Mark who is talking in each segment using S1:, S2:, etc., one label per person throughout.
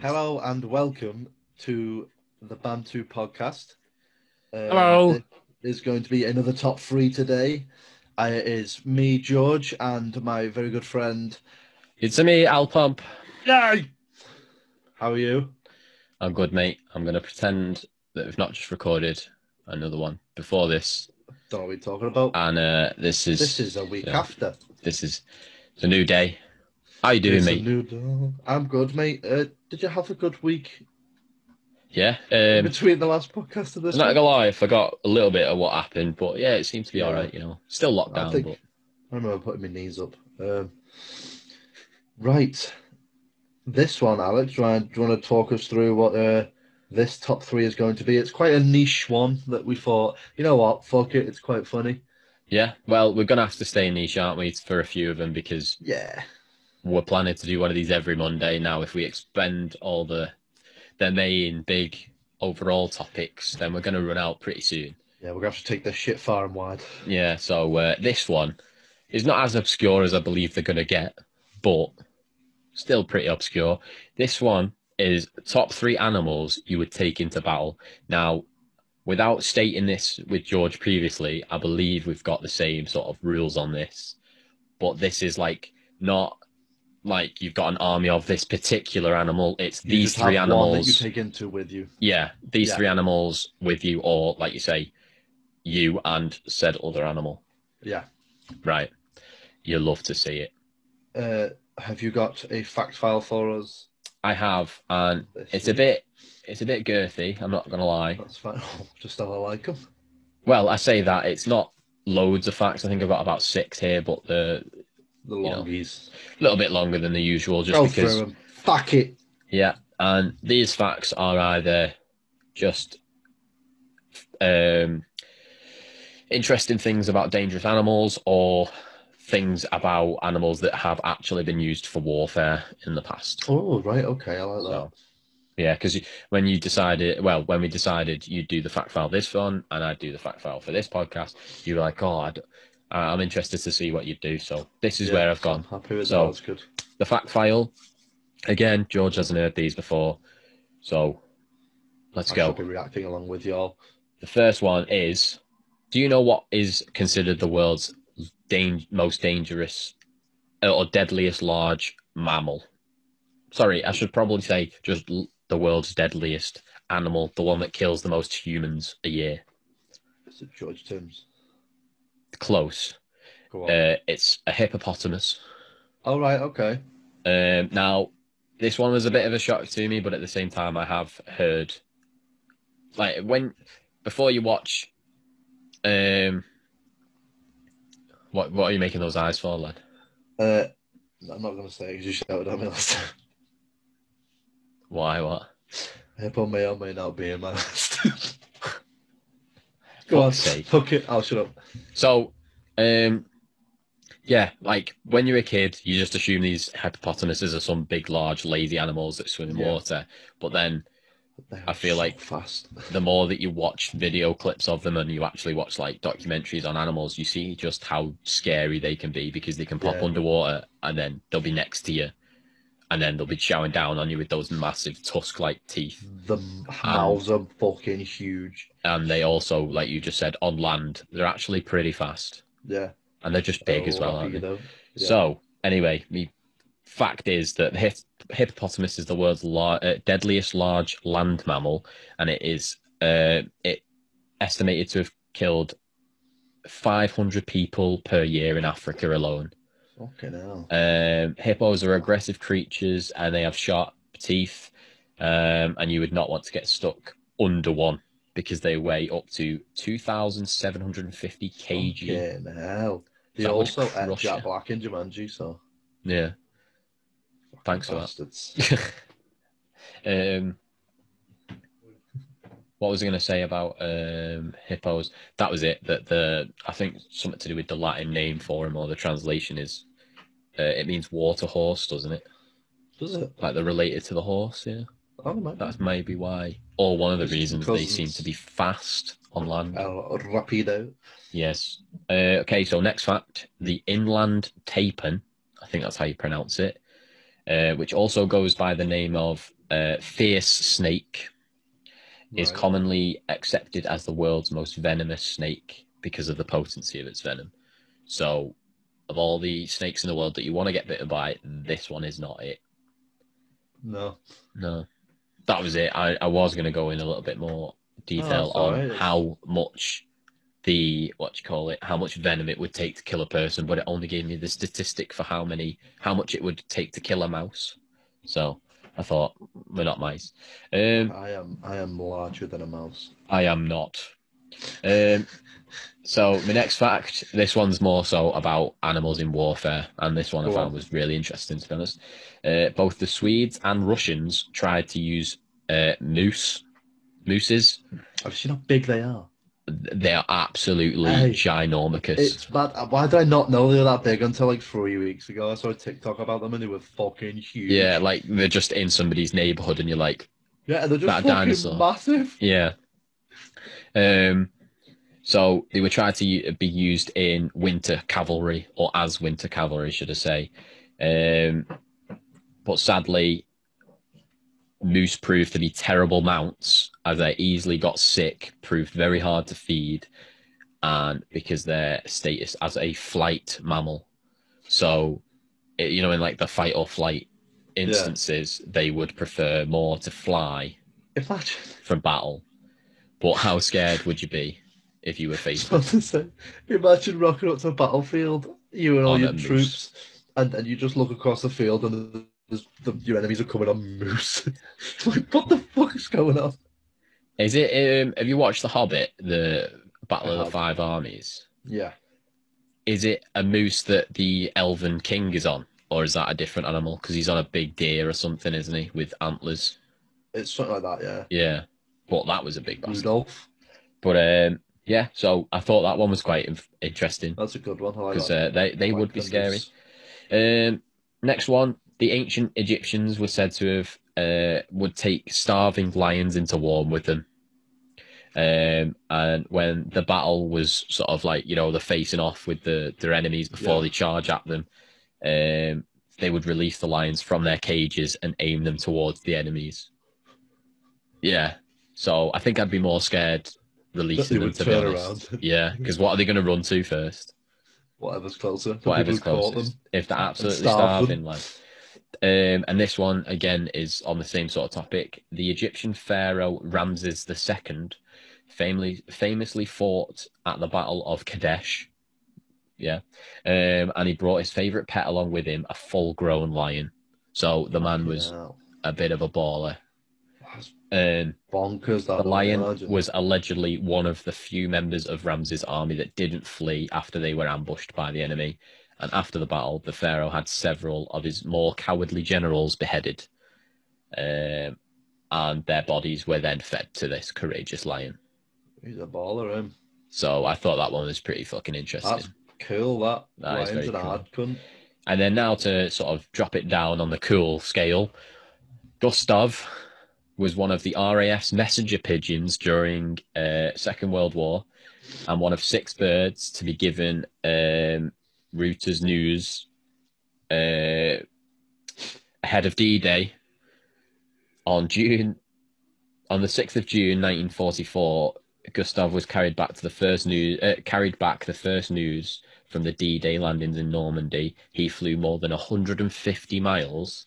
S1: Hello and welcome to the Bantu podcast. Uh,
S2: Hello.
S1: th- There's going to be another top three today. Uh, it is me, George, and my very good friend.
S2: It's me, Al Pump.
S1: Yay! How are you?
S2: I'm good, mate. I'm gonna pretend that we've not just recorded another one before this,
S1: Don't know what we're talking about.
S2: and uh, this is
S1: this is a week
S2: yeah.
S1: after.
S2: this is it's a new day. How you doing,
S1: It's a
S2: mate?
S1: new dawn. I'm good, mate. Uh, did you have a good week
S2: yeah.
S1: in
S2: Um,
S1: between the last podcast and this?
S2: I'm not
S1: one?
S2: gonna lie, I forgot a little bit of what happened, but yeah, it seemed to be
S1: Yeah.
S2: all right. You know, still locked
S1: I
S2: down,
S1: think-
S2: but
S1: I remember putting my knees up. Um, right. This one, Alex, do you, want, do you want to talk us through what uh, this top three is going to be? It's quite a niche one that we thought, you know what, fuck it, it's quite funny.
S2: yeah. Well, we're gonna have to stay niche, aren't we, for a few of them because
S1: Yeah.
S2: we're planning to do one of these every Monday now. If we expend all the the main big overall topics, then we're gonna run out pretty soon.
S1: Yeah, we're going to have to take this shit far and wide.
S2: Yeah, so uh, this one is not as obscure as I believe they're going to get, but still pretty obscure. This one is top three animals you would take into battle. Now, without stating this with George previously, I believe we've got the same sort of rules on this, but this is like not like you've got an army of this particular animal. It's
S1: You
S2: these
S1: just have
S2: three
S1: One that you
S2: animals.
S1: take into with you.
S2: Yeah, these
S1: Yeah.
S2: three animals with you, or like you say, you and said other animal.
S1: Yeah.
S2: Right. You love to see it.
S1: Uh, have you got a fact file for us?
S2: I have, and
S1: This
S2: it's a
S1: week?
S2: bit it's a bit girthy, I'm not gonna lie.
S1: That's fine. just how I like them.
S2: Well, I say that it's not loads of facts. I think I've got about six here, but they're a
S1: The
S2: You know,
S1: longies.
S2: little bit longer than the usual just
S1: Go
S2: because
S1: through them. Fuck it.
S2: Yeah, and these facts are either just um, interesting things about dangerous animals or things about animals that have actually been used for warfare in the past.
S1: Oh, right. Okay. I like that.
S2: So, yeah, because when you decided, well, when we decided you do the fact file this one and I'd do the fact file for this podcast, you were like, oh, I'd, I- I'm interested to see what you do. So this is
S1: Yeah,
S2: where I've
S1: so
S2: gone
S1: I'm happy with
S2: So-
S1: that. That's good.
S2: the fact file. Again, George hasn't heard these before, so let's
S1: I
S2: go.
S1: should be reacting along with y'all.
S2: The first one is: Do you know what is considered the world's dang- most dangerous uh, or deadliest large mammal? Sorry, I should probably say just l- the world's deadliest animal, the one that kills the most humans a year.
S1: It's a George Timms.
S2: Close.
S1: Go on.
S2: Uh, it's a hippopotamus.
S1: All right. Okay.
S2: Um, now, this one was a bit of a shock to me, but at the same time, I have heard, like, when before you watch, um, what what are you making those eyes for, lad?
S1: Uh, I'm not going to say because you shouted at me last time.
S2: Why? What?
S1: Hippo may or may not be in my list. Go on.
S2: Fuck's sake.
S1: Fuck it. I'll shut up.
S2: So, um, yeah, like when you're a kid, you just assume these hippopotamuses are some big, large, lazy animals that swim in
S1: Yeah.
S2: water. But then
S1: They
S2: I feel
S1: are so
S2: like-
S1: fast.
S2: the more that you watch video clips of them and you actually watch like documentaries on animals, you see just how scary they can be because they can pop
S1: Yeah.
S2: underwater and then they'll be next to you and then they'll be showering down on you with those massive tusk like teeth.
S1: The m- mouths are fucking huge.
S2: And they also, like you just said, on land, they're actually pretty fast
S1: Yeah. Oh,
S2: and they're just big as well, aren't they?
S1: though. Yeah.
S2: So, anyway, the fact is that the hip- hippopotamus is the world's lar- uh, deadliest large land mammal, and it is uh, it estimated to have killed 500 people per year in Africa alone.
S1: Fucking hell.
S2: Um, hippos are aggressive creatures, and they have sharp teeth, um, and you would not want to get stuck under one because they weigh up to 2,750 kg.
S1: Fucking hell. They
S2: That would
S1: also ate
S2: crush
S1: Jack
S2: you.
S1: Black in Jumanji, so.
S2: Yeah.
S1: fucking
S2: Thanks for that.
S1: bastards.
S2: um, what was I going to say about um, hippos? That was it. That the I think something to do with the Latin name for him or the translation is uh, it means water horse, doesn't it?
S1: Does it?
S2: Like they're related to the horse. Yeah,
S1: Oh, man.
S2: that's maybe why, or one of the
S1: Just
S2: reasons they
S1: cousins. Oh.
S2: seem to be fast on land.
S1: El Rapido.
S2: Yes. Uh, okay, so next fact the inland tapir, I think that's how you pronounce it, uh, which also goes by the name of uh, fierce snake is
S1: Right.
S2: commonly accepted as the world's most venomous snake because of the potency of its venom. So, of all the snakes in the world that you want to get bitten by, this one is not it.
S1: No.
S2: No, that was it. I, I was going to go in a little bit more detail
S1: that's all
S2: on
S1: right.
S2: how much the what do you call it, how much venom it would take to kill a person, but it only gave me the statistic for how many, how much it would take to kill a mouse. So I thought we're not mice. Um,
S1: I am I am larger than a mouse.
S2: I am not. Um, so my next fact, this one's more so about animals in warfare, and this one I
S1: Go
S2: found
S1: on.
S2: was really interesting to be honest. Uh, both the Swedes and Russians tried to use uh, moose. Mooses,
S1: Have you seen how big they are?
S2: they are absolutely
S1: Hey,
S2: ginormicous.
S1: It's bad. Uh, Why did I not know they were that big until like three weeks ago? I saw a TikTok about them and they were fucking huge.
S2: yeah, like they're just in somebody's neighborhood, and you're like,
S1: Yeah, they're just
S2: That
S1: fucking
S2: dinosaur.
S1: massive.
S2: Yeah. Um, so they were tried to u- be used in winter cavalry, or as winter cavalry, should I say. Um, but sadly, moose proved to be terrible mounts as they easily got sick, proved very hard to feed, and because their status as a flight mammal. So, it, you know, in like the fight or flight instances, they would prefer more to fly
S1: Imagine.
S2: from battle. But how scared would you be if you were
S1: Just
S2: faced
S1: about to say, imagine rocking up to a battlefield, you and all
S2: On
S1: your
S2: a Oh, moose.
S1: troops, and, and you just look across the field and there's the, your enemies are coming on moose. It's like, what the fuck is going on?
S2: Is it? Um, have you watched The Hobbit, the Battle
S1: I
S2: of the
S1: have.
S2: Five Armies?
S1: Yeah,
S2: Is it a moose that the Elven King is on, or is that a different animal? Because he's on a big deer or something, isn't he, with antlers?
S1: it's something like that, yeah.
S2: Yeah. But that was a big bastard.
S1: Rudolph,
S2: But um, yeah, so I thought that one was quite inf- interesting
S1: that's a good one. I like
S2: because
S1: that.
S2: uh, they they
S1: Like
S2: would be
S1: the
S2: scary.
S1: moose.
S2: Um, next one. The ancient Egyptians were said to have uh, would take starving lions into war with them. Um, and when the battle was sort of like you know they're facing off with the their enemies before
S1: Yeah.
S2: they charge at them, um, they would release the lions from their cages and aim them towards the enemies. Yeah, so I think I'd be more scared releasing them
S1: would
S2: to be
S1: turn
S2: honest.
S1: around.
S2: Yeah, because what are they going to run to first?
S1: Whatever's closer. The
S2: whatever's
S1: people who caught
S2: closest.
S1: them
S2: If they're
S1: and
S2: absolutely
S1: starve them.
S2: starving, like. Um, and this one again is on the same sort of topic. The Egyptian pharaoh Ramses II famously famously fought at the Battle of Kadesh. Yeah, um, and he brought his favorite pet along with him, a full-grown lion. So the man was
S1: Yeah.
S2: a bit of a baller.
S1: That's
S2: Um,
S1: bonkers. That
S2: the
S1: one,
S2: lion
S1: imagine.
S2: was allegedly one of the few members of Ramses' army that didn't flee after they were ambushed by the enemy. And after the battle, the pharaoh had several of his more cowardly generals beheaded. Um, and their bodies were then fed to this courageous lion.
S1: He's a baller, him.
S2: So I thought that one was pretty fucking interesting.
S1: That's cool. That,
S2: That is
S1: lion's
S2: very
S1: an
S2: cool.
S1: hard cunt.
S2: And then now to sort of drop it down on the cool scale, Gustav was one of the RAF's messenger pigeons during uh, Second World War, and one of six birds to be given um, Reuters news uh, ahead of D-Day on June on the sixth of June, nineteen forty-four. Gustav was carried back to the first news uh, carried back the first news from the D-Day landings in Normandy. He flew more than 150 miles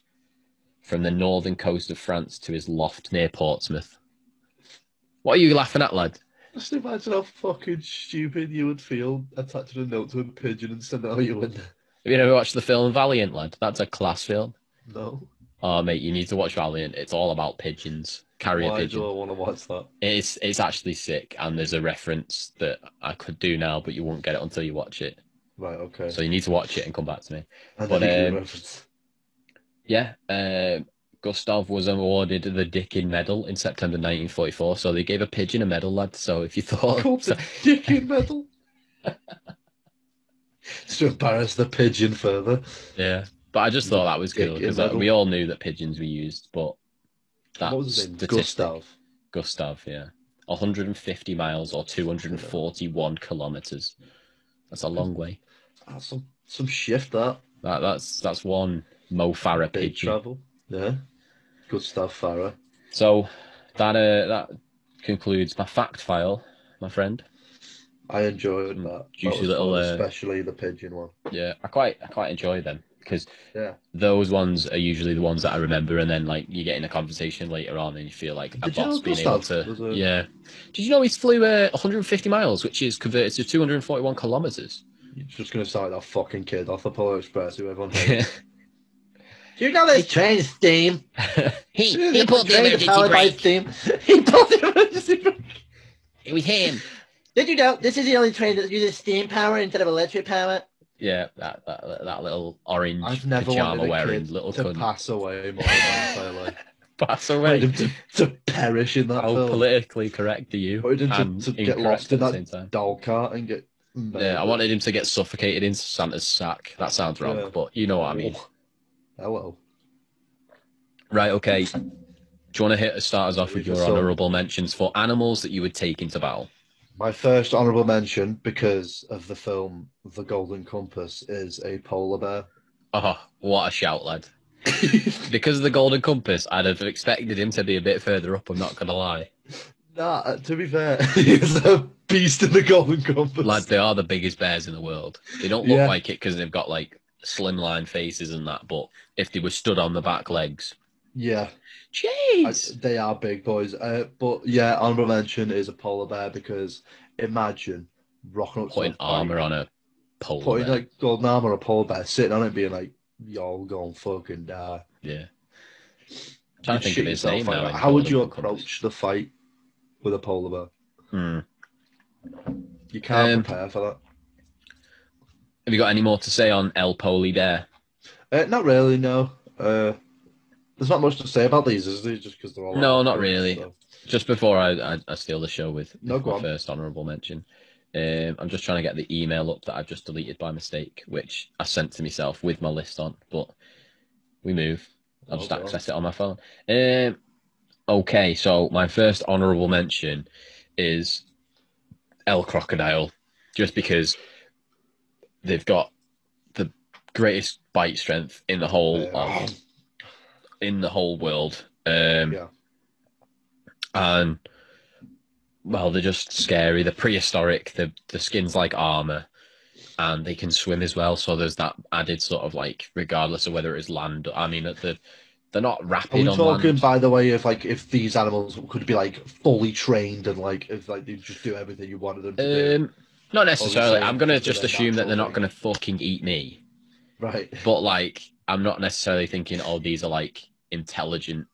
S2: from the northern coast of France to his loft near Portsmouth. What are you laughing at, lad?
S1: Just imagine how fucking stupid you would feel attaching a note to a pigeon and sending it out your window.
S2: Have you ever watched the film Valiant, lad? That's a class film.
S1: No.
S2: Oh, mate, you need to watch Valiant. It's all about pigeons. Carrier
S1: Why
S2: pigeon.
S1: do I want to watch that?
S2: It's it's actually sick, and there's a reference that I could do now, but you won't get it until you watch it.
S1: Right, okay.
S2: So you need to watch it and come back to me.
S1: and
S2: but,
S1: then you can
S2: um,
S1: reference.
S2: Yeah, uh, Gustav was awarded the Dickin Medal in September 1944. So they gave a pigeon a medal, lad. So if you
S1: Called
S2: thought,
S1: the Dickin medal. Just to embarrass the pigeon further.
S2: yeah, but I just thought that was cool
S1: Dickin
S2: because
S1: medal.
S2: we all knew that pigeons were used, but that
S1: what was his name?
S2: statistic-
S1: Gustav.
S2: Gustav, yeah, 150 miles or 241 kilometers. That's a long way.
S1: That's Ah, some, some shift that.
S2: That that's that's one Mo Farah
S1: Big
S2: pigeon.
S1: travel. Yeah. Good stuff, Farah.
S2: So that uh, that concludes my fact file, my friend.
S1: I enjoyed
S2: Mm,
S1: that.
S2: juicy
S1: That was
S2: little,
S1: fun,
S2: uh,
S1: especially the pigeon one.
S2: Yeah, I quite I quite enjoy them because
S1: Yeah.
S2: those ones are usually the ones that I remember, and then like you get in a conversation later on, and you feel like a
S1: Did you
S2: bot's
S1: know
S2: being able
S1: Gustav was
S2: to.
S1: a-
S2: Yeah. Did you know he flew uh, 150 miles, which is converted to 241 kilometers?
S1: You're just gonna start that fucking kid off the Polar Express who everyone hates. Do you know this train steam?
S3: He, he pulled the emergency brake.
S1: steam. He pulled the emergency brake.
S3: It was him.
S1: Did you know this is the only train that uses steam power instead of electric power?
S2: yeah, that, that that little orange
S1: I've never
S2: pajama
S1: wanted a
S2: wearing
S1: kid
S2: little
S1: to
S2: cunt
S1: pass away more than I like.
S2: pass
S1: Wanted
S2: away.
S1: him to, to perish in that
S2: How
S1: film.
S2: politically correct are you?
S1: Wanted him to-
S2: and
S1: to get
S2: incorrect
S1: lost in
S2: at the
S1: that
S2: same time.
S1: Doll cart and get.
S2: Yeah, I wanted him to get suffocated in Santa's sack. That sounds wrong,
S1: Yeah.
S2: but you know what I mean.
S1: Hello.
S2: Right, okay. Do you want to hit start us off with
S1: We
S2: your
S1: just saw-
S2: honourable mentions for animals that you would take into battle?
S1: My first honourable mention, because of the film The Golden Compass, is a polar bear. Uh-huh.
S2: Oh, what a shout, lad. because of the golden compass, I'd have expected him to be a bit further up, I'm not gonna lie.
S1: Nah, uh, to be fair, he's a beast in the Golden Compass.
S2: Lad, they are the biggest bears in the world. They don't look
S1: Yeah.
S2: like it because they've got like slimline faces and that, but if they were stood on the back legs.
S1: Yeah, I-
S2: Jeez.
S1: they are big boys. Uh, but yeah, honourable mention is a polar bear because imagine rocking up to
S2: putting
S1: a fight,
S2: armour on a pole.
S1: putting
S2: there.
S1: like golden armour on a polar bear, sitting on it, being like, "Y'all gonna fucking die."
S2: yeah. I'm trying
S1: You'd
S2: to think
S1: shit
S2: of his
S1: yourself
S2: name
S1: like
S2: now.
S1: that.
S2: in
S1: How would
S2: Golden
S1: you
S2: Compass.
S1: approach the fight with a polar bear?
S2: Hmm.
S1: You can't
S2: Um,
S1: prepare for that.
S2: Have you got any more to say on El Poli Bear?
S1: Uh, not really, no. Uh, there's not much to say about these, is there? Just because they're all
S2: No,
S1: out
S2: not
S1: there,
S2: really.
S1: so.
S2: Just before I, I, I steal the show with,
S1: No,
S2: with
S1: go
S2: my
S1: on.
S2: first honourable mention, um, I'm just trying to get the email up that I've just deleted by mistake, which I sent to myself with my list on, but we move. I'll
S1: Oh,
S2: just
S1: go on.
S2: access it on my phone. Um, okay, so my first honourable mention is El Crocodile, just because they've got the greatest bite strength in the whole
S1: Yeah.
S2: of in the whole world. Um,
S1: Yeah.
S2: And well, they're just scary. They're prehistoric. The the skin's like armor, and they can swim as well. So there's that added sort of like, regardless of whether it is land. I mean, the they're not
S1: Are we
S2: rapid on
S1: talking,
S2: land.
S1: by the way, if like if these animals could be like fully trained and like if like they just do everything you wanted them to do,
S2: Um, not necessarily.
S1: Obviously,
S2: I'm gonna
S1: it's
S2: just
S1: their
S2: assume
S1: natural
S2: that they're not
S1: thing.
S2: gonna fucking eat me.
S1: right?
S2: But like, I'm not necessarily thinking, oh, these are like intelligent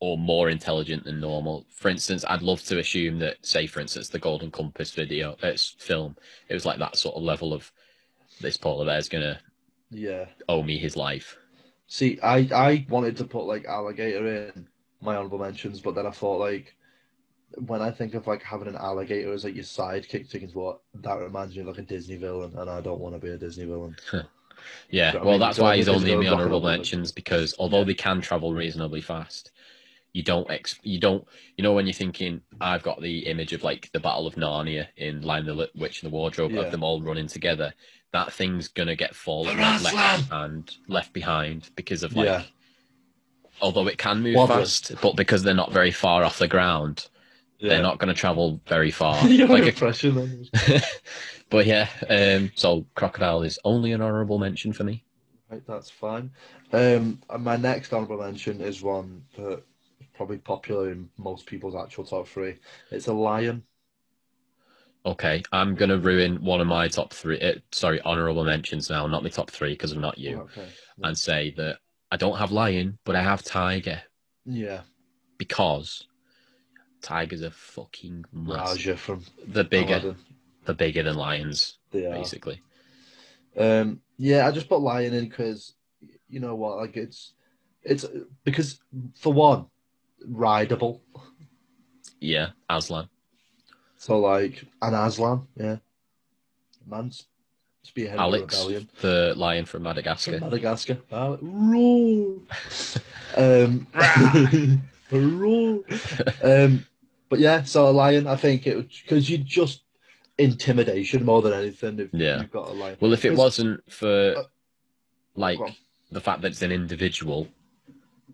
S2: or more intelligent than normal. For instance, I'd love to assume that, say, for instance, the Golden Compass video, it's film, it was like that sort of level of this polar bear's gonna
S1: Yeah.
S2: owe me his life.
S1: See, I I wanted to put like alligator in my honorable mentions, but then I thought like when I think of like having an alligator as like your sidekick to what that reminds me of like a Disney villain, and I don't want to be a Disney villain.
S2: Yeah,
S1: So, I
S2: well,
S1: mean,
S2: that's
S1: you don't
S2: why
S1: need
S2: he's
S1: to
S2: only in
S1: go
S2: the
S1: rocket
S2: honourable
S1: up with it.
S2: mentions because although they can travel reasonably fast, you don't ex- you don't you know when you're thinking I've got the image of like the Battle of Narnia in Line the Li- Witch and the Wardrobe
S1: Yeah.
S2: of them all running together. That thing's gonna get fallen
S1: Piranha
S2: left
S1: Slam!
S2: and left behind because of like
S1: Yeah.
S2: although it can move
S1: Wobbling.
S2: fast, but because they're not very far off the ground, they're not gonna travel very far.
S1: You're
S2: like a
S1: impression then.
S2: but yeah, um, so crocodile is only an honourable mention for me.
S1: Right, that's fine. Um, and my next honorable mention is one that is probably popular in most people's actual top three. It's a lion.
S2: Okay, I'm gonna ruin one of my top three. Uh, sorry, honourable mentions now, not my top three because I'm not you,
S1: Oh, Okay.
S2: and say that I don't have lion, but I have tiger
S1: Yeah,
S2: because tigers are fucking massive.
S1: Raja from
S2: They're bigger,
S1: Aladdin.
S2: they're bigger than lions,
S1: They are.
S2: basically.
S1: Um, yeah, I just put lion in because you know what? Like it's it's because for one, rideable.
S2: Yeah, Aslan.
S1: So like an Aslan, yeah, man's spearheading the
S2: Alex,
S1: rebellion.
S2: the lion from Madagascar.
S1: Madagascar. Uh, roar. um, roar. Um, but yeah, so a lion. I think it because you just intimidation more than anything. If
S2: Yeah.
S1: you've got a lion.
S2: Well, if it
S1: It's-
S2: wasn't for
S1: Uh,
S2: like
S1: go on.
S2: the fact that it's an individual,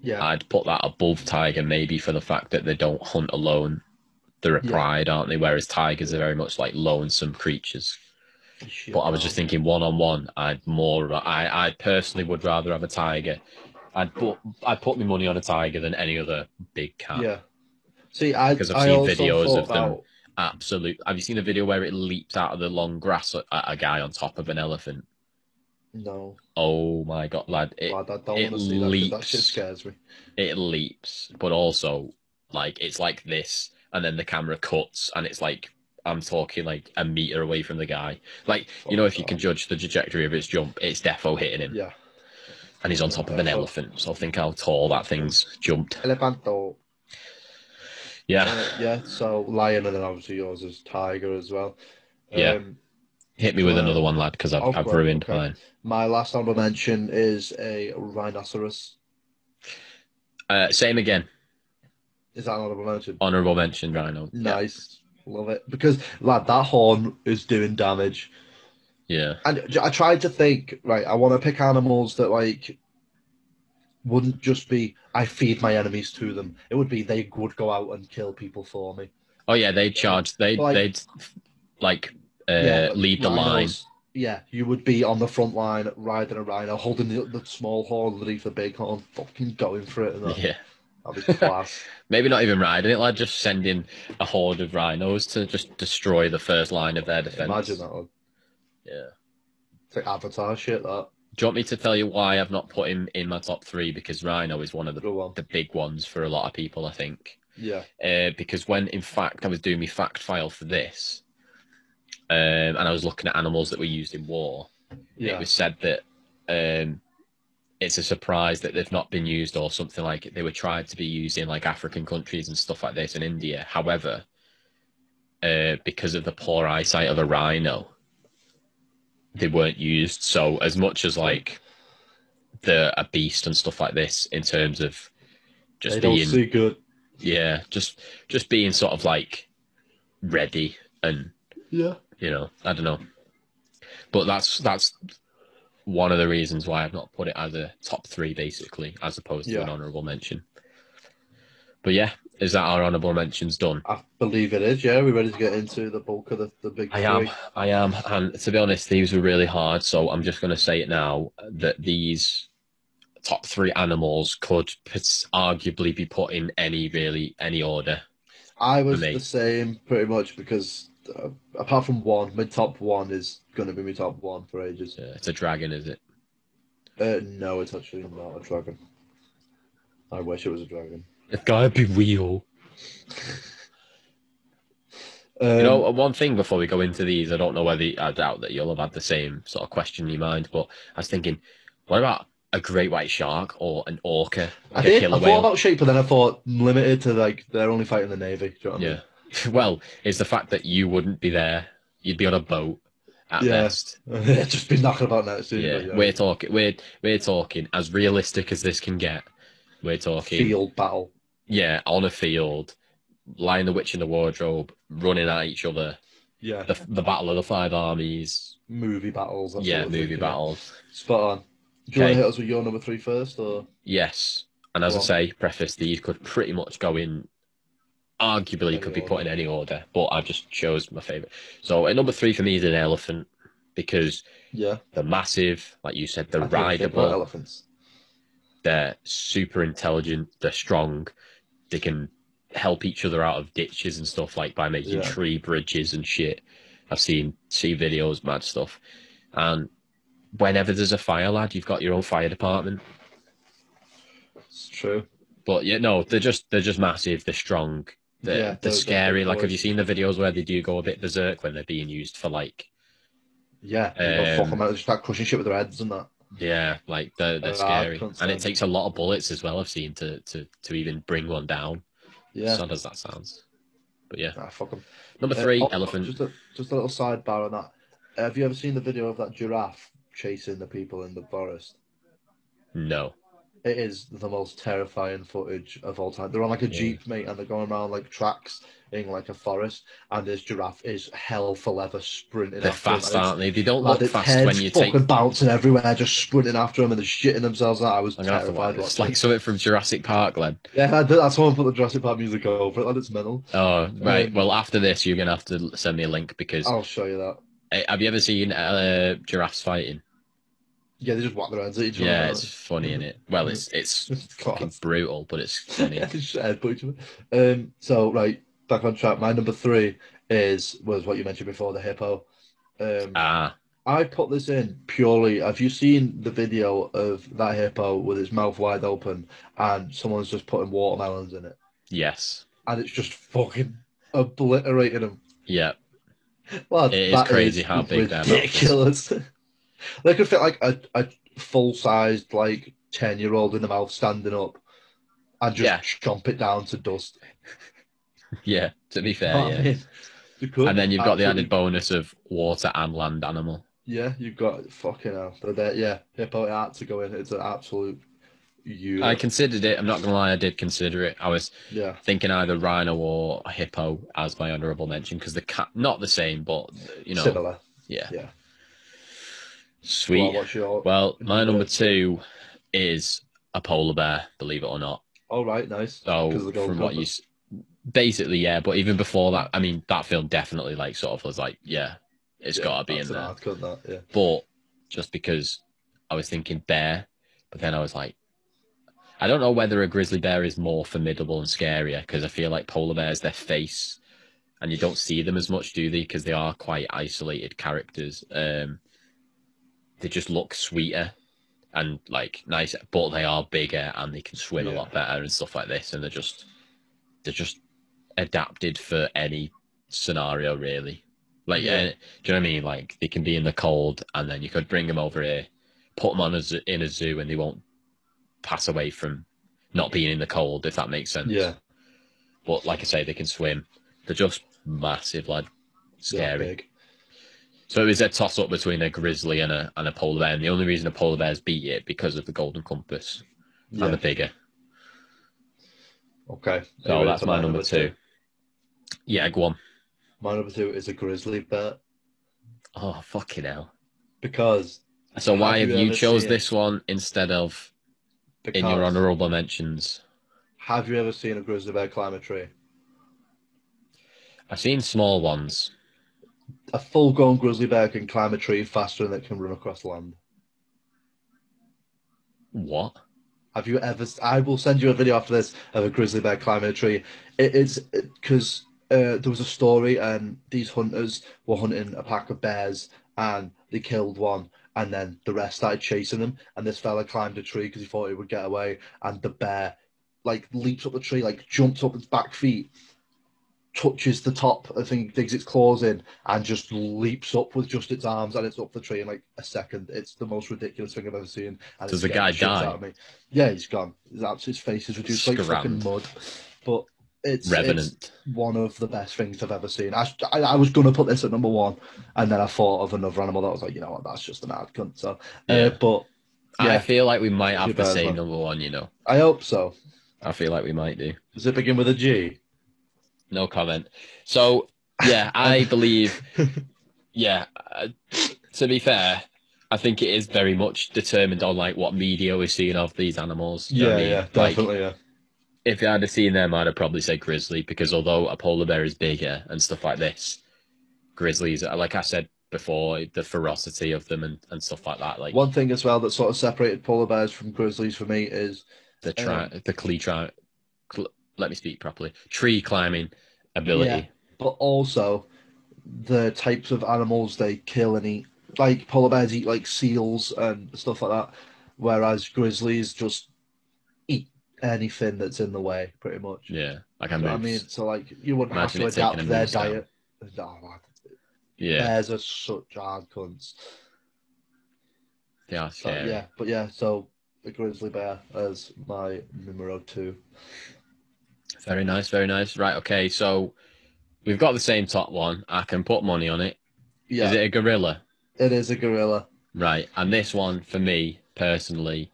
S1: Yeah.
S2: I'd put that above tiger maybe for the fact that they don't hunt alone. They're a
S1: Yeah.
S2: pride, aren't they? Whereas tigers are very much like lonesome creatures.
S1: Shit,
S2: But I was
S1: no.
S2: just thinking one on one. I'd more. I, I personally would rather have a tiger. I'd put I'd put my money on a tiger than any other big cat.
S1: Yeah. See, I,
S2: 'Cause I've
S1: I
S2: seen
S1: also
S2: videos
S1: thought
S2: of them.
S1: about-
S2: Absolute. Have you seen a video where it leaps out of the long grass at at a guy on top of an elephant?
S1: No,
S2: Oh my god, lad! It
S1: lad, I don't
S2: it
S1: want to see that. 'cause That shit
S2: leaps.
S1: scares me.
S2: it leaps, but also like it's like this, and then the camera cuts, and it's like I'm talking like a meter away from the guy. Like you know, if you can judge the trajectory of its jump, it's defo hitting him,
S1: Yeah.
S2: and he's on top of an
S1: Defo.
S2: elephant. So think how tall that thing's jumped.
S1: Elefanto.
S2: Yeah,
S1: Uh, yeah, so lion, and then obviously yours is tiger as well.
S2: Yeah.
S1: Um,
S2: hit me with
S1: uh,
S2: another one, lad, because I've,
S1: okay,
S2: I've ruined
S1: okay.
S2: mine.
S1: my last honorable mention is a rhinoceros.
S2: Uh, same again.
S1: Is that an honorable mention?
S2: Honorable mention, Rhino.
S1: Nice. Love it. Because, lad, that horn is doing damage.
S2: Yeah.
S1: And j- I tried to think, right, I want to pick animals that, like, wouldn't just be, I feed my enemies to them. It would be, they would go out and kill people for me.
S2: Oh yeah, they charge. They
S1: Like-
S2: they'd like uh,
S1: Yeah, but
S2: lead the line.
S1: rhinos, Yeah, you would be on the front line riding a rhino, holding the, the small horn underneath the big horn, fucking going for it. And that,
S2: Yeah,
S1: that'd be class.
S2: maybe not even riding it. Like just sending a horde of rhinos to just destroy the first line of their defense.
S1: Imagine that. one.
S2: Yeah.
S1: It's like Avatar shit, that.
S2: Do you want me to tell you why I've not put him in my top three? Because Rhino is one of the
S1: Go on.
S2: the big ones for a lot of people, I think.
S1: Yeah.
S2: Uh, because when in fact I was doing my fact file for this, um, and I was looking at animals that were used in war, it
S1: Yeah.
S2: was said that um, it's a surprise that they've not been used or something like it. They were tried to be used in like African countries and stuff like this in India. However, uh, because of the poor eyesight of a rhino, they weren't used. So as much as like they're a beast and stuff like this in terms of just
S1: they don't
S2: being
S1: see good.
S2: yeah, just just being sort of like ready and
S1: Yeah.
S2: you know, I don't know. But that's that's one of the reasons why I've not put it as a top three, basically, as opposed to an
S1: Yeah.
S2: honourable mention. But yeah, is that our honourable mentions done?
S1: I believe it is. Yeah. Are we ready to get into the bulk of the, the big
S2: I
S1: three?
S2: am, I am, and to be honest, these were really hard. So I'm just going to say it now that these top three animals could pos- arguably be put in any really any order.
S1: I was
S2: for me.
S1: the same pretty much because uh, apart from one, my top one is going to be my top one for ages.
S2: Uh, it's a dragon, is it?
S1: Uh, no, it's actually not a dragon. I wish it was a dragon.
S2: It's gotta be real.
S1: Um,
S2: You know, uh, one thing before we go into these, I don't know whether I doubt that you'll have had the same sort of question in your mind, but I was thinking, what about a great white shark or an orca,
S1: I
S2: like a
S1: did. I
S2: killer
S1: thought
S2: whale?
S1: about sheep, but then I thought limited to like they're only fighting the navy. Do you know what I
S2: Yeah.
S1: mean?
S2: well, it's the fact that you wouldn't be there; you'd be on a boat at
S1: Yeah.
S2: best.
S1: They'd just be knocking about next to
S2: Yeah.
S1: you, but
S2: we're talking. We're we're talking as realistic as this can get. We're talking.
S1: field battle.
S2: Yeah, on a field, lying the witch in the wardrobe, running at each other.
S1: Yeah,
S2: The, the battle of the five armies.
S1: movie battles. that's
S2: yeah,
S1: what I was
S2: movie
S1: thinking.
S2: battles.
S1: Spot on. Do you want to
S2: Okay.
S1: hit us with your number three first, or
S2: Yes. And as
S1: Go on.
S2: I say, preface these could pretty much go in arguably
S1: Any
S2: could be put in any order, but I've just chose my favourite. So at number three for me is an elephant because
S1: yeah?
S2: they're massive, like you said, they're
S1: I didn't think about
S2: rideable,
S1: elephants.
S2: they're super intelligent, they're strong, they can help each other out of ditches and stuff like by making
S1: Yeah.
S2: tree bridges and shit. I've seen see videos, mad stuff. And whenever there's a fire, lad, you've got your own fire department.
S1: It's true.
S2: But yeah, no, they're just they're just massive. They're strong. They're,
S1: Yeah,
S2: they're,
S1: those are
S2: scary.
S1: big
S2: Like, have you
S1: boys.
S2: seen the videos where they do go a bit berserk when they're being used for like,
S1: Yeah, you gotta fuck
S2: Um,
S1: them out. They start crushing shit with their heads and that.
S2: yeah, like they're they're
S1: Uh, I
S2: scary,
S1: can't
S2: and
S1: stand
S2: it takes a lot of bullets as well. I've seen to to to even bring one down.
S1: Yeah,
S2: Sad as that sounds, but yeah,
S1: ah, fuck 'em.
S2: number
S1: Uh,
S2: three,
S1: oh,
S2: elephant.
S1: Just a, just a little sidebar on that. Have you ever seen the video of that giraffe chasing the people in the forest?
S2: No,
S1: It is the most terrifying footage of all time. They're on like a
S2: Yeah.
S1: jeep, mate, and they're going around like tracks in like a forest, and this giraffe is hell for leather sprinting.
S2: They're
S1: after him,
S2: fast,
S1: and it's-
S2: aren't they? They don't
S1: Like,
S2: look
S1: its
S2: fast
S1: head's
S2: when you
S1: fucking
S2: take. I'm
S1: bouncing everywhere, just sprinting after them and they're shitting themselves. Out. I was
S2: gonna have to
S1: terrified.
S2: watch this.
S1: watching.
S2: Like something from Jurassic Park, Glenn.
S1: yeah, that- that's why I put the Jurassic Park music over it. Like it's mental.
S2: Oh, right.
S1: Um, oh.
S2: well, after this, you're gonna have to send me a link because
S1: I'll show you that.
S2: Uh, have you ever seen uh, giraffes fighting?
S1: Yeah, they just whack their heads at each other.
S2: Yeah, it's funny in it. Well, it's it's fucking
S1: God.
S2: brutal, but it's funny.
S1: Yeah, just headbutt each other. Um, so right, back on track. My number three is was what you mentioned before, the hippo. Um,
S2: Ah,
S1: I put this in purely. Have you seen the video of that hippo with its mouth wide open and someone's just putting watermelons in it,
S2: yes,
S1: and it's just fucking obliterating them.
S2: yeah.
S1: Well,
S2: It is
S1: that
S2: crazy how big that mouth is.
S1: ridiculous. they could fit like a, a full sized like ten year old in the mouth standing up and just
S2: Yeah.
S1: chomp it down to dust.
S2: Yeah, to be fair,
S1: Oh,
S2: yeah.
S1: man. You could
S2: And then you've got the added
S1: absolutely-
S2: bonus of water and land animal.
S1: Yeah, you've got fucking hell. They're there, yeah, hippo art to go in. It's an absolute you.
S2: I considered it. I'm not gonna lie, I did consider it. I was
S1: Yeah,
S2: thinking either rhino or hippo as my honourable mention because the cat not the same, but you know,
S1: similar.
S2: yeah,
S1: Yeah. Well,
S2: sweet.
S1: what's your?
S2: Well, my number two is a polar bear. Believe it or not.
S1: All oh, right, nice.
S2: So
S1: 'Cause of the gold
S2: from what you,
S1: compass.
S2: s- basically, yeah. But even before that, I mean, that film definitely like sort of was like, yeah, it's
S1: Yeah,
S2: got to be in
S1: that's an
S2: there.
S1: hard cut, that, yeah.
S2: But just because I was thinking bear, but then I was like, I don't know whether a grizzly bear is more formidable and scarier because I feel like polar bears, their face, and you don't see them as much, do they? Because they are quite isolated characters. Um, they just look sweeter and like nicer, but they are bigger and they can swim a
S1: Yeah.
S2: lot better and stuff like this. And they're just, they're just adapted for any scenario, really. Like,
S1: Yeah.
S2: yeah. do you know what I mean? Like, they can be in the cold, and then you could bring them over here, put them on a zoo, in a zoo, and they won't pass away from not being in the cold, if that makes sense.
S1: Yeah,
S2: But like I say, they can swim. They're just massive, lad. Scary.
S1: Big.
S2: So it was a toss up between a grizzly and a and a polar bear. And the only reason a polar bear's beat it because of the golden compass
S1: Yeah.
S2: and the bigger.
S1: Okay.
S2: So
S1: Anyway,
S2: that's
S1: to
S2: my number, two. Yeah, go on.
S1: My number two is a grizzly bear
S2: Oh fucking hell.
S1: because
S2: So
S1: Have
S2: why
S1: you
S2: have you
S1: ever
S2: chose
S1: seen-
S2: this one instead of
S1: because
S2: in your honourable mentions?
S1: Have you ever seen a grizzly bear climb a tree?
S2: I've seen small ones.
S1: A full-grown grizzly bear can climb a tree faster than it can run across land.
S2: What?
S1: Have you ever? I will send you a video after this of a grizzly bear climbing a tree. It is because uh, there was a story, and these hunters were hunting a pack of bears, and they killed one, and then the rest started chasing them. And this fella climbed a tree because he thought he would get away, and the bear like leaps up the tree, like jumps up its back feet, touches the top, I think digs its claws in, and just leaps up with just its arms, and it's up the tree in like a second. It's the most ridiculous thing I've ever seen. And it's
S2: Does the
S1: scared
S2: guy
S1: shit
S2: die?
S1: out of me. Yeah, he's gone. His, abs- his face is reduced like fucking
S2: Scrammed.
S1: mud. But it's, it's
S2: Revenant.
S1: one of the best things I've ever seen. I, I, I was going to put this at number one, and then I thought of another animal that was like, you know what, that's just an hard cunt. So,
S2: Yeah.
S1: uh, but
S2: I
S1: yeah.
S2: feel like we might have
S1: Your
S2: the
S1: bear's
S2: same
S1: one.
S2: number one, you know.
S1: I hope so.
S2: I feel like we might do.
S1: Does it begin with a G?
S2: No comment. So yeah, I believe. Yeah, uh, to be fair, I think it is very much determined on like what media we're seeing of these animals. you know what I mean? Like,
S1: yeah.
S2: if I had seen them, I'd have probably said grizzly because although a polar bear is bigger and stuff like this, grizzlies, are- like I said before, the ferocity of them and, and stuff like that, like
S1: One thing as well that sort of separated polar bears from grizzlies for me is
S2: the
S1: um,
S2: tri- the clee tri- cl- let me speak properly, tree climbing ability.
S1: but also the types of animals they kill and eat. Like polar bears eat like seals and stuff like that, whereas grizzlies just eat anything that's in the way, pretty much.
S2: Yeah, like I,
S1: You know what I mean,
S2: moves.
S1: so like you wouldn't
S2: Imagine
S1: have
S2: it
S1: to adapt
S2: taking a
S1: their
S2: moose down.
S1: diet. No, man.
S2: yeah,
S1: Bears are such hard cunts.
S2: they are
S1: So,
S2: scary.
S1: yeah, but yeah, so the grizzly bear as my numero two.
S2: Very nice, very nice. Right, okay, so we've got the same top one. I can put money on it. Is
S1: Yeah,
S2: it a gorilla?
S1: it is a gorilla.
S2: Right, and this one for me personally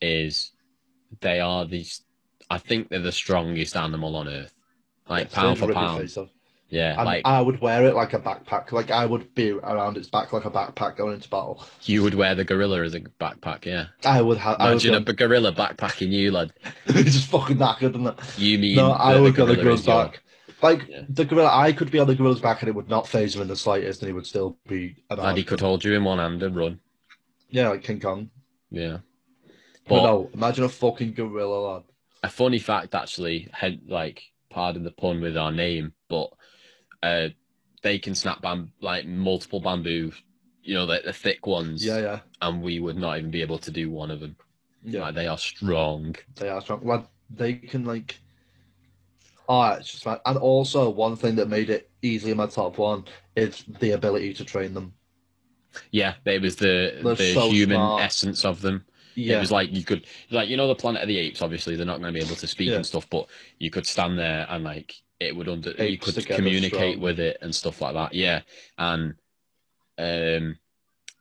S2: is they are the. I think they're the strongest animal on earth, like
S1: Yeah,
S2: pound
S1: so
S2: for
S1: rip your
S2: pound.
S1: face off.
S2: Yeah,
S1: And
S2: like
S1: I would wear it like a backpack. Like I would be around its back like a backpack going into battle.
S2: you would wear the gorilla as a backpack. Yeah,
S1: I would have. I would
S2: imagine
S1: go,
S2: a b- gorilla backpacking you, lad.
S1: it's just fucking knackered, isn't it?
S2: You mean
S1: No, I
S2: that
S1: would go the
S2: gorilla
S1: gorilla's
S2: is your-
S1: back. Like
S2: Yeah.
S1: the gorilla, I could be on the gorilla's back and it would not phase him in the slightest, and he would still be
S2: Lad,
S1: about.
S2: he could hold you in one hand and run.
S1: Yeah, like King Kong.
S2: Yeah.
S1: But
S2: But
S1: no, imagine a fucking gorilla, lad.
S2: a funny fact, actually, hen- like, pardon the pun with our name, but uh, they can snap bam- like multiple bamboo, you know, like the thick ones,
S1: Yeah, yeah,
S2: and we would not even be able to do one of them.
S1: yeah.
S2: Like, they are strong.
S1: They are strong. Lad, they can like. Ah, it's just mad. And also, one thing that made it easily my top one is the ability to train them.
S2: Yeah, it was the
S1: They're
S2: the
S1: so
S2: human
S1: smart.
S2: essence of them. It
S1: Yeah,
S2: was like you could, like you know, the Planet of the Apes. Obviously, they're not going to be able to speak
S1: Yeah.
S2: and stuff, but you could stand there and like it would under you
S1: Apes
S2: could
S1: together
S2: communicate
S1: strong.
S2: with it and stuff like that. Yeah, and um,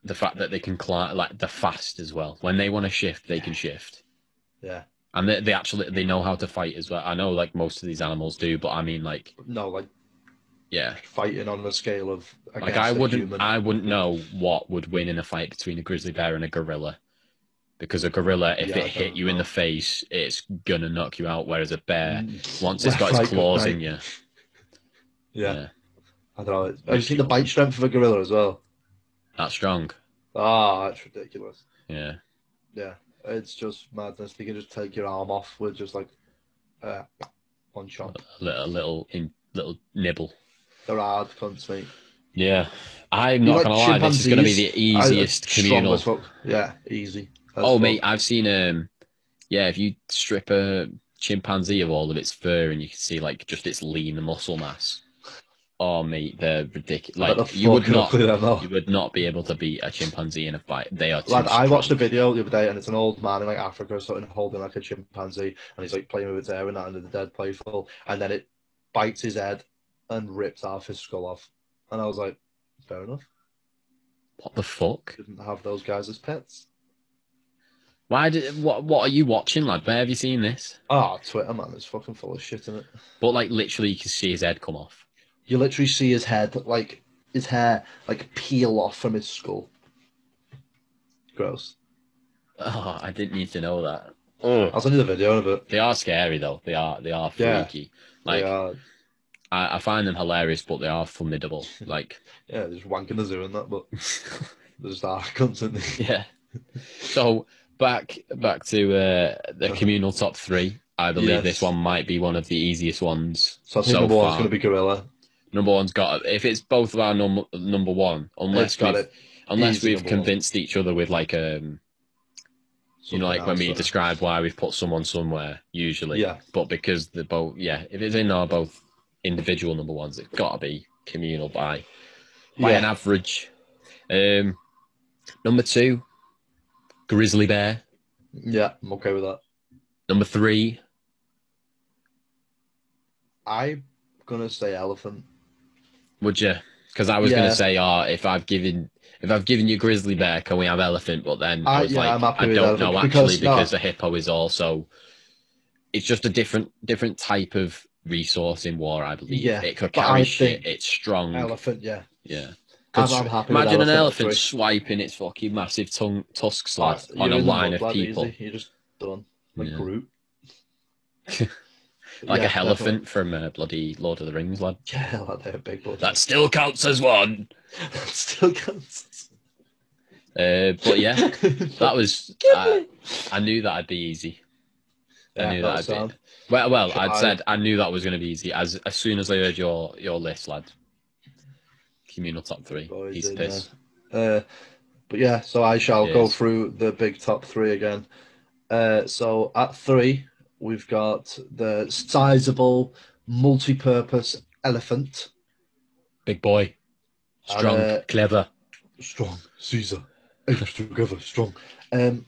S2: the fact that they can climb like they're fast as well. When they want to shift, they can shift,
S1: yeah.
S2: and they, they actually they know how to fight as well. I know like most of these animals do, but I mean like
S1: No, like
S2: yeah,
S1: fighting on the scale of
S2: like I wouldn't
S1: Human.
S2: I wouldn't know what would win in a fight between a grizzly bear and a gorilla. Because a gorilla, if
S1: Yeah, I
S2: it hit
S1: don't
S2: you in
S1: know.
S2: the face, it's gonna knock you out. Whereas a bear,
S1: Mm.
S2: once it's got
S1: Like,
S2: its claws
S1: like-
S2: in you,
S1: Yeah.
S2: Yeah.
S1: I don't know. It's- Have you seen the bite strength of a gorilla as well?
S2: that's strong.
S1: Ah, it's ridiculous.
S2: Yeah,
S1: Yeah, it's just madness. They can just take your arm off with just like uh, one chomp.
S2: a little, a little, in, little nibble.
S1: They're hard cunts, mate.
S2: Yeah, I'm
S1: You
S2: not
S1: like
S2: gonna lie. This is gonna be the
S1: I- uh,
S2: easiest
S1: strong
S2: communal.
S1: as fuck. Yeah, easy. as
S2: Oh
S1: fuck.
S2: mate, I've seen um, yeah, if you strip a chimpanzee of all of its fur and you can see like just its lean muscle mass. Oh mate, they're ridiculous.
S1: But
S2: Like
S1: they're
S2: you would
S1: fucking
S2: not.
S1: ugly, they're not.
S2: You would not be able to beat a chimpanzee in a fight. They are. Too
S1: Lad, I watched a
S2: strong.
S1: video the other day, and it's an old man in like Africa or something holding like a chimpanzee, and he's like playing with its hair and that under the dead playful, and then it bites his head and rips half his skull off. And I was like, fair enough.
S2: What the fuck?
S1: Couldn't have those guys as pets.
S2: Why did? What? What are you watching, lad? Where have you seen this?
S1: Ah, Twitter man, it's fucking full of shit in it.
S2: But like, literally, you can see his head come off.
S1: You literally see his head, like his hair, like peel off from his skull. Gross.
S2: Oh, I didn't need to know that.
S1: I'll send you the video of it.
S2: They are scary though. They are. They are
S1: Mm. Yeah.
S2: freaky. Like
S1: yeah,
S2: I, I find them hilarious, but they are formidable. Like,
S1: yeah, just wanking the zoo and that, but there's dark cunts in there.
S2: yeah. So back back to uh, the communal top three. I believe
S1: Yes.
S2: this one might be one of the easiest ones.
S1: So I think
S2: So
S1: number one's
S2: far.
S1: going to be gorilla.
S2: Number one's got if it's both of our num- number one,
S1: Let's
S2: unless
S1: got
S2: we've
S1: it.
S2: unless
S1: Easy
S2: we've
S1: number one.
S2: convinced each other with like um you know like when we
S1: Something else,
S2: describe why we've put someone somewhere
S1: uh,
S2: usually
S1: yeah,
S2: but because the both yeah if it's in our both individual number ones it's got to be communal by by an
S1: yeah,
S2: average um number two grizzly bear
S1: yeah, I'm okay with that.
S2: number three
S1: I'm gonna say elephant.
S2: would you because i was going
S1: Yeah.
S2: to say oh if i've given if i've given you grizzly bear can we have elephant but then i
S1: I-
S2: was
S1: yeah, I'm
S2: like
S1: happy
S2: i
S1: with
S2: don't
S1: elephant
S2: know
S1: because-
S2: actually
S1: no.
S2: because the hippo is also it's just a different different type of resource in war i believe
S1: Yeah,
S2: it could
S1: but
S2: carry
S1: I
S2: shit
S1: think
S2: it's strong
S1: Elephant, yeah.
S2: Yeah.
S1: I'm-
S2: Could
S1: I'm
S2: sw-
S1: happy with
S2: Mm. imagine
S1: elephant
S2: an
S1: Ah, at
S2: elephant
S1: three.
S2: swiping its fucking massive tongue tusks like,
S1: Right,
S2: on
S1: you're
S2: a
S1: in the
S2: line
S1: mud,
S2: of
S1: lad,
S2: people,
S1: easy. You're just done. Like
S2: Yeah.
S1: Groot.
S2: like
S1: Yeah,
S2: a elephant from uh, bloody Lord of the Rings, lad.
S1: definitely. Yeah, lad, they're big blood.
S2: That still counts as one.
S1: still counts.
S2: Uh, but yeah, that was. I, I knew that'd be easy. I knew that'd be. Well, well, I'd
S1: Try.
S2: said I knew that was going to be easy as as soon as I heard your your list, lad. Communal top three.
S1: Boys
S2: Piece of
S1: in
S2: piss.
S1: Uh, but yeah, so I shall go
S2: Yes.
S1: through the big top three again. Uh, so at three, we've got the sizable multi-purpose elephant,
S2: Big boy. Strong,
S1: And, uh,
S2: clever.
S1: strong Caesar, apes together, strong. Um,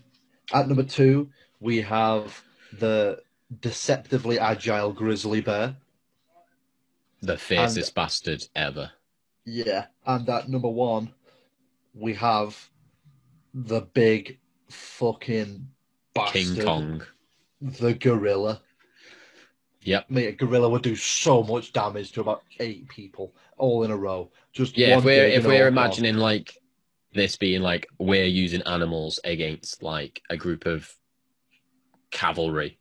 S1: at number two, we have the deceptively agile grizzly bear.
S2: The fiercest bastard ever.
S1: Yeah, and at number one, we have the big fucking bastard
S2: King Kong.
S1: the gorilla.
S2: Yep.
S1: Mate, a gorilla would do so much damage to about eight people all in a row. Just
S2: Yeah, if
S1: one
S2: we're
S1: big
S2: if
S1: and all
S2: we're
S1: gone.
S2: imagining like this being like we're using animals against like a group of cavalry.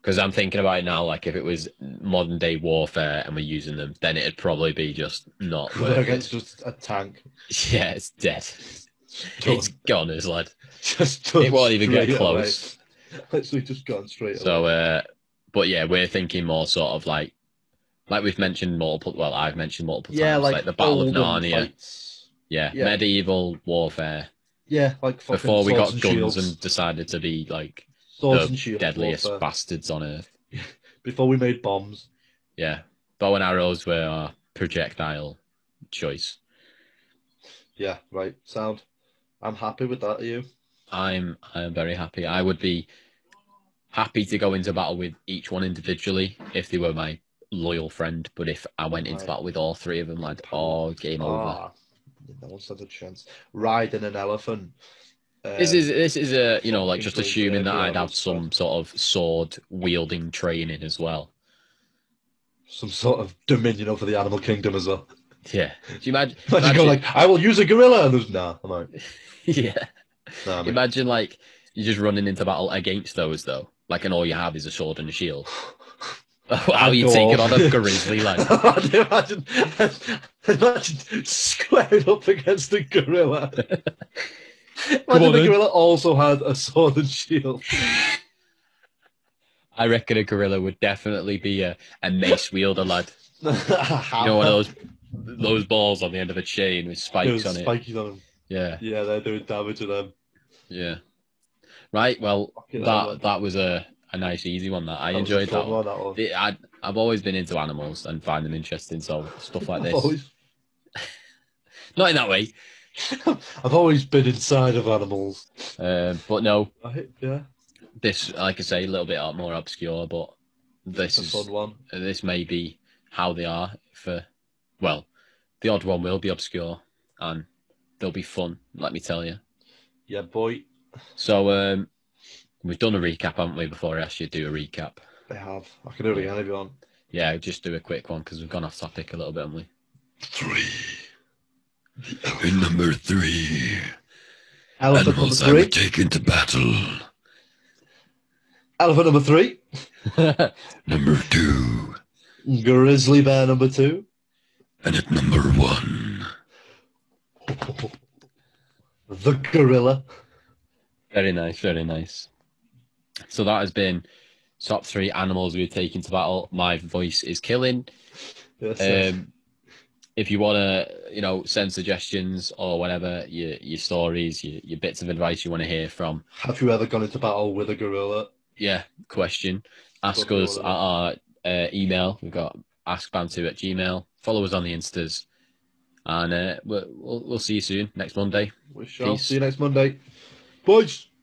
S2: Because I'm thinking about it now, like if it was modern day warfare and we're using them, then it'd probably be just not
S1: Gorilla
S2: worth
S1: against
S2: it.
S1: just a tank.
S2: Yeah, it's dead.
S1: Done.
S2: It's gone, as lad.
S1: just
S2: It won't even get
S1: straight away.
S2: close.
S1: Literally just gone straight away.
S2: So, uh, but yeah, we're thinking more sort of like, like we've mentioned multiple. Well, I've mentioned multiple
S1: yeah,
S2: times,
S1: like,
S2: like, the Battle of
S1: olden
S2: Narnia.
S1: fights.
S2: Yeah,
S1: Yeah.
S2: medieval warfare
S1: Yeah, like fucking
S2: before we
S1: swords
S2: got
S1: and
S2: guns
S1: shields.
S2: and decided to be like
S1: swords
S2: the
S1: and shields
S2: deadliest
S1: warfare.
S2: bastards on earth.
S1: Before we made bombs.
S2: Yeah, bow and arrows were our projectile choice.
S1: Yeah, right. Sound. I'm happy with that. Are you?
S2: I'm I'm very happy. I would be happy to go into battle with each one individually if they were my loyal friend. But if I went into
S1: Right.
S2: battle with all three of them, like oh, game over.
S1: Ah, no one stood a chance. Riding an elephant. Uh,
S2: This is this is a you know like just
S1: Equals, uh,
S2: assuming that
S1: the
S2: I'd have
S1: arrows,
S2: some sort of sword wielding training as well.
S1: some sort of dominion over the animal kingdom as well.
S2: Yeah. Do you imagine?
S1: Like you go like, I will use a gorilla, and there's nah. I'm like,
S2: yeah.
S1: nah. mate.
S2: Imagine like you're just running into battle against those though. Like and all you have is a sword and a shield. How you
S1: Go
S2: taking
S1: on.
S2: on a grizzly like
S1: I'd imagine, imagine squared up against a gorilla.
S2: Come
S1: Imagine
S2: on,
S1: the
S2: then.
S1: gorilla also had a sword and shield.
S2: I reckon a gorilla would definitely be a, a mace wielder lad.
S1: you
S2: You know
S1: know
S2: one of those those balls on the end of a chain with spikes on it.
S1: Spiky on them.
S2: Yeah,
S1: Yeah, they're doing damage to them.
S2: yeah. Right, well
S1: Fucking hell, man.
S2: that that was a, a nice easy one that I
S1: That was a
S2: enjoyed
S1: fun
S2: that one.
S1: one, that one.
S2: The- I, I've always been into animals and find them interesting, so stuff like
S1: I've,
S2: this.
S1: always,
S2: Not in that way,
S1: I've always been inside of animals.
S2: uh, but no,
S1: Right? Yeah,
S2: this, like I say, a little bit more obscure, but this
S1: it's a
S2: is
S1: fun one.
S2: this may be how they are for. Well, the odd one will be obscure, and they'll be fun. Let me tell you.
S1: Yeah, boy,
S2: So um, we've done a recap, haven't we? Before I asked you to do a recap,
S1: they have. I can do it again if you want.
S2: yeah, just do a quick one because we've gone off topic a little bit, haven't we?
S1: Three.
S2: In number three,
S1: Elephant number three.
S2: take into battle.
S1: Elephant number three.
S2: number two.
S1: Grizzly bear number two.
S2: And at number one.
S1: The gorilla.
S2: Very nice, very nice. So that has been top three animals we're taking to battle. My voice is killing.
S1: Yes, yes.
S2: Um, if you want to, you know, send suggestions or whatever, your your stories, your, your bits of advice you want to hear from,
S1: Have you ever gone into battle with a gorilla?
S2: yeah, question, ask
S1: Lovely,
S2: us at
S1: lovely.
S2: our uh, email. We've got askbantu at gmail. Follow us on the Instas. And uh, we'll, we'll, we'll see you soon next Monday.
S1: We shall
S2: Peace.
S1: see you next Monday. Boys.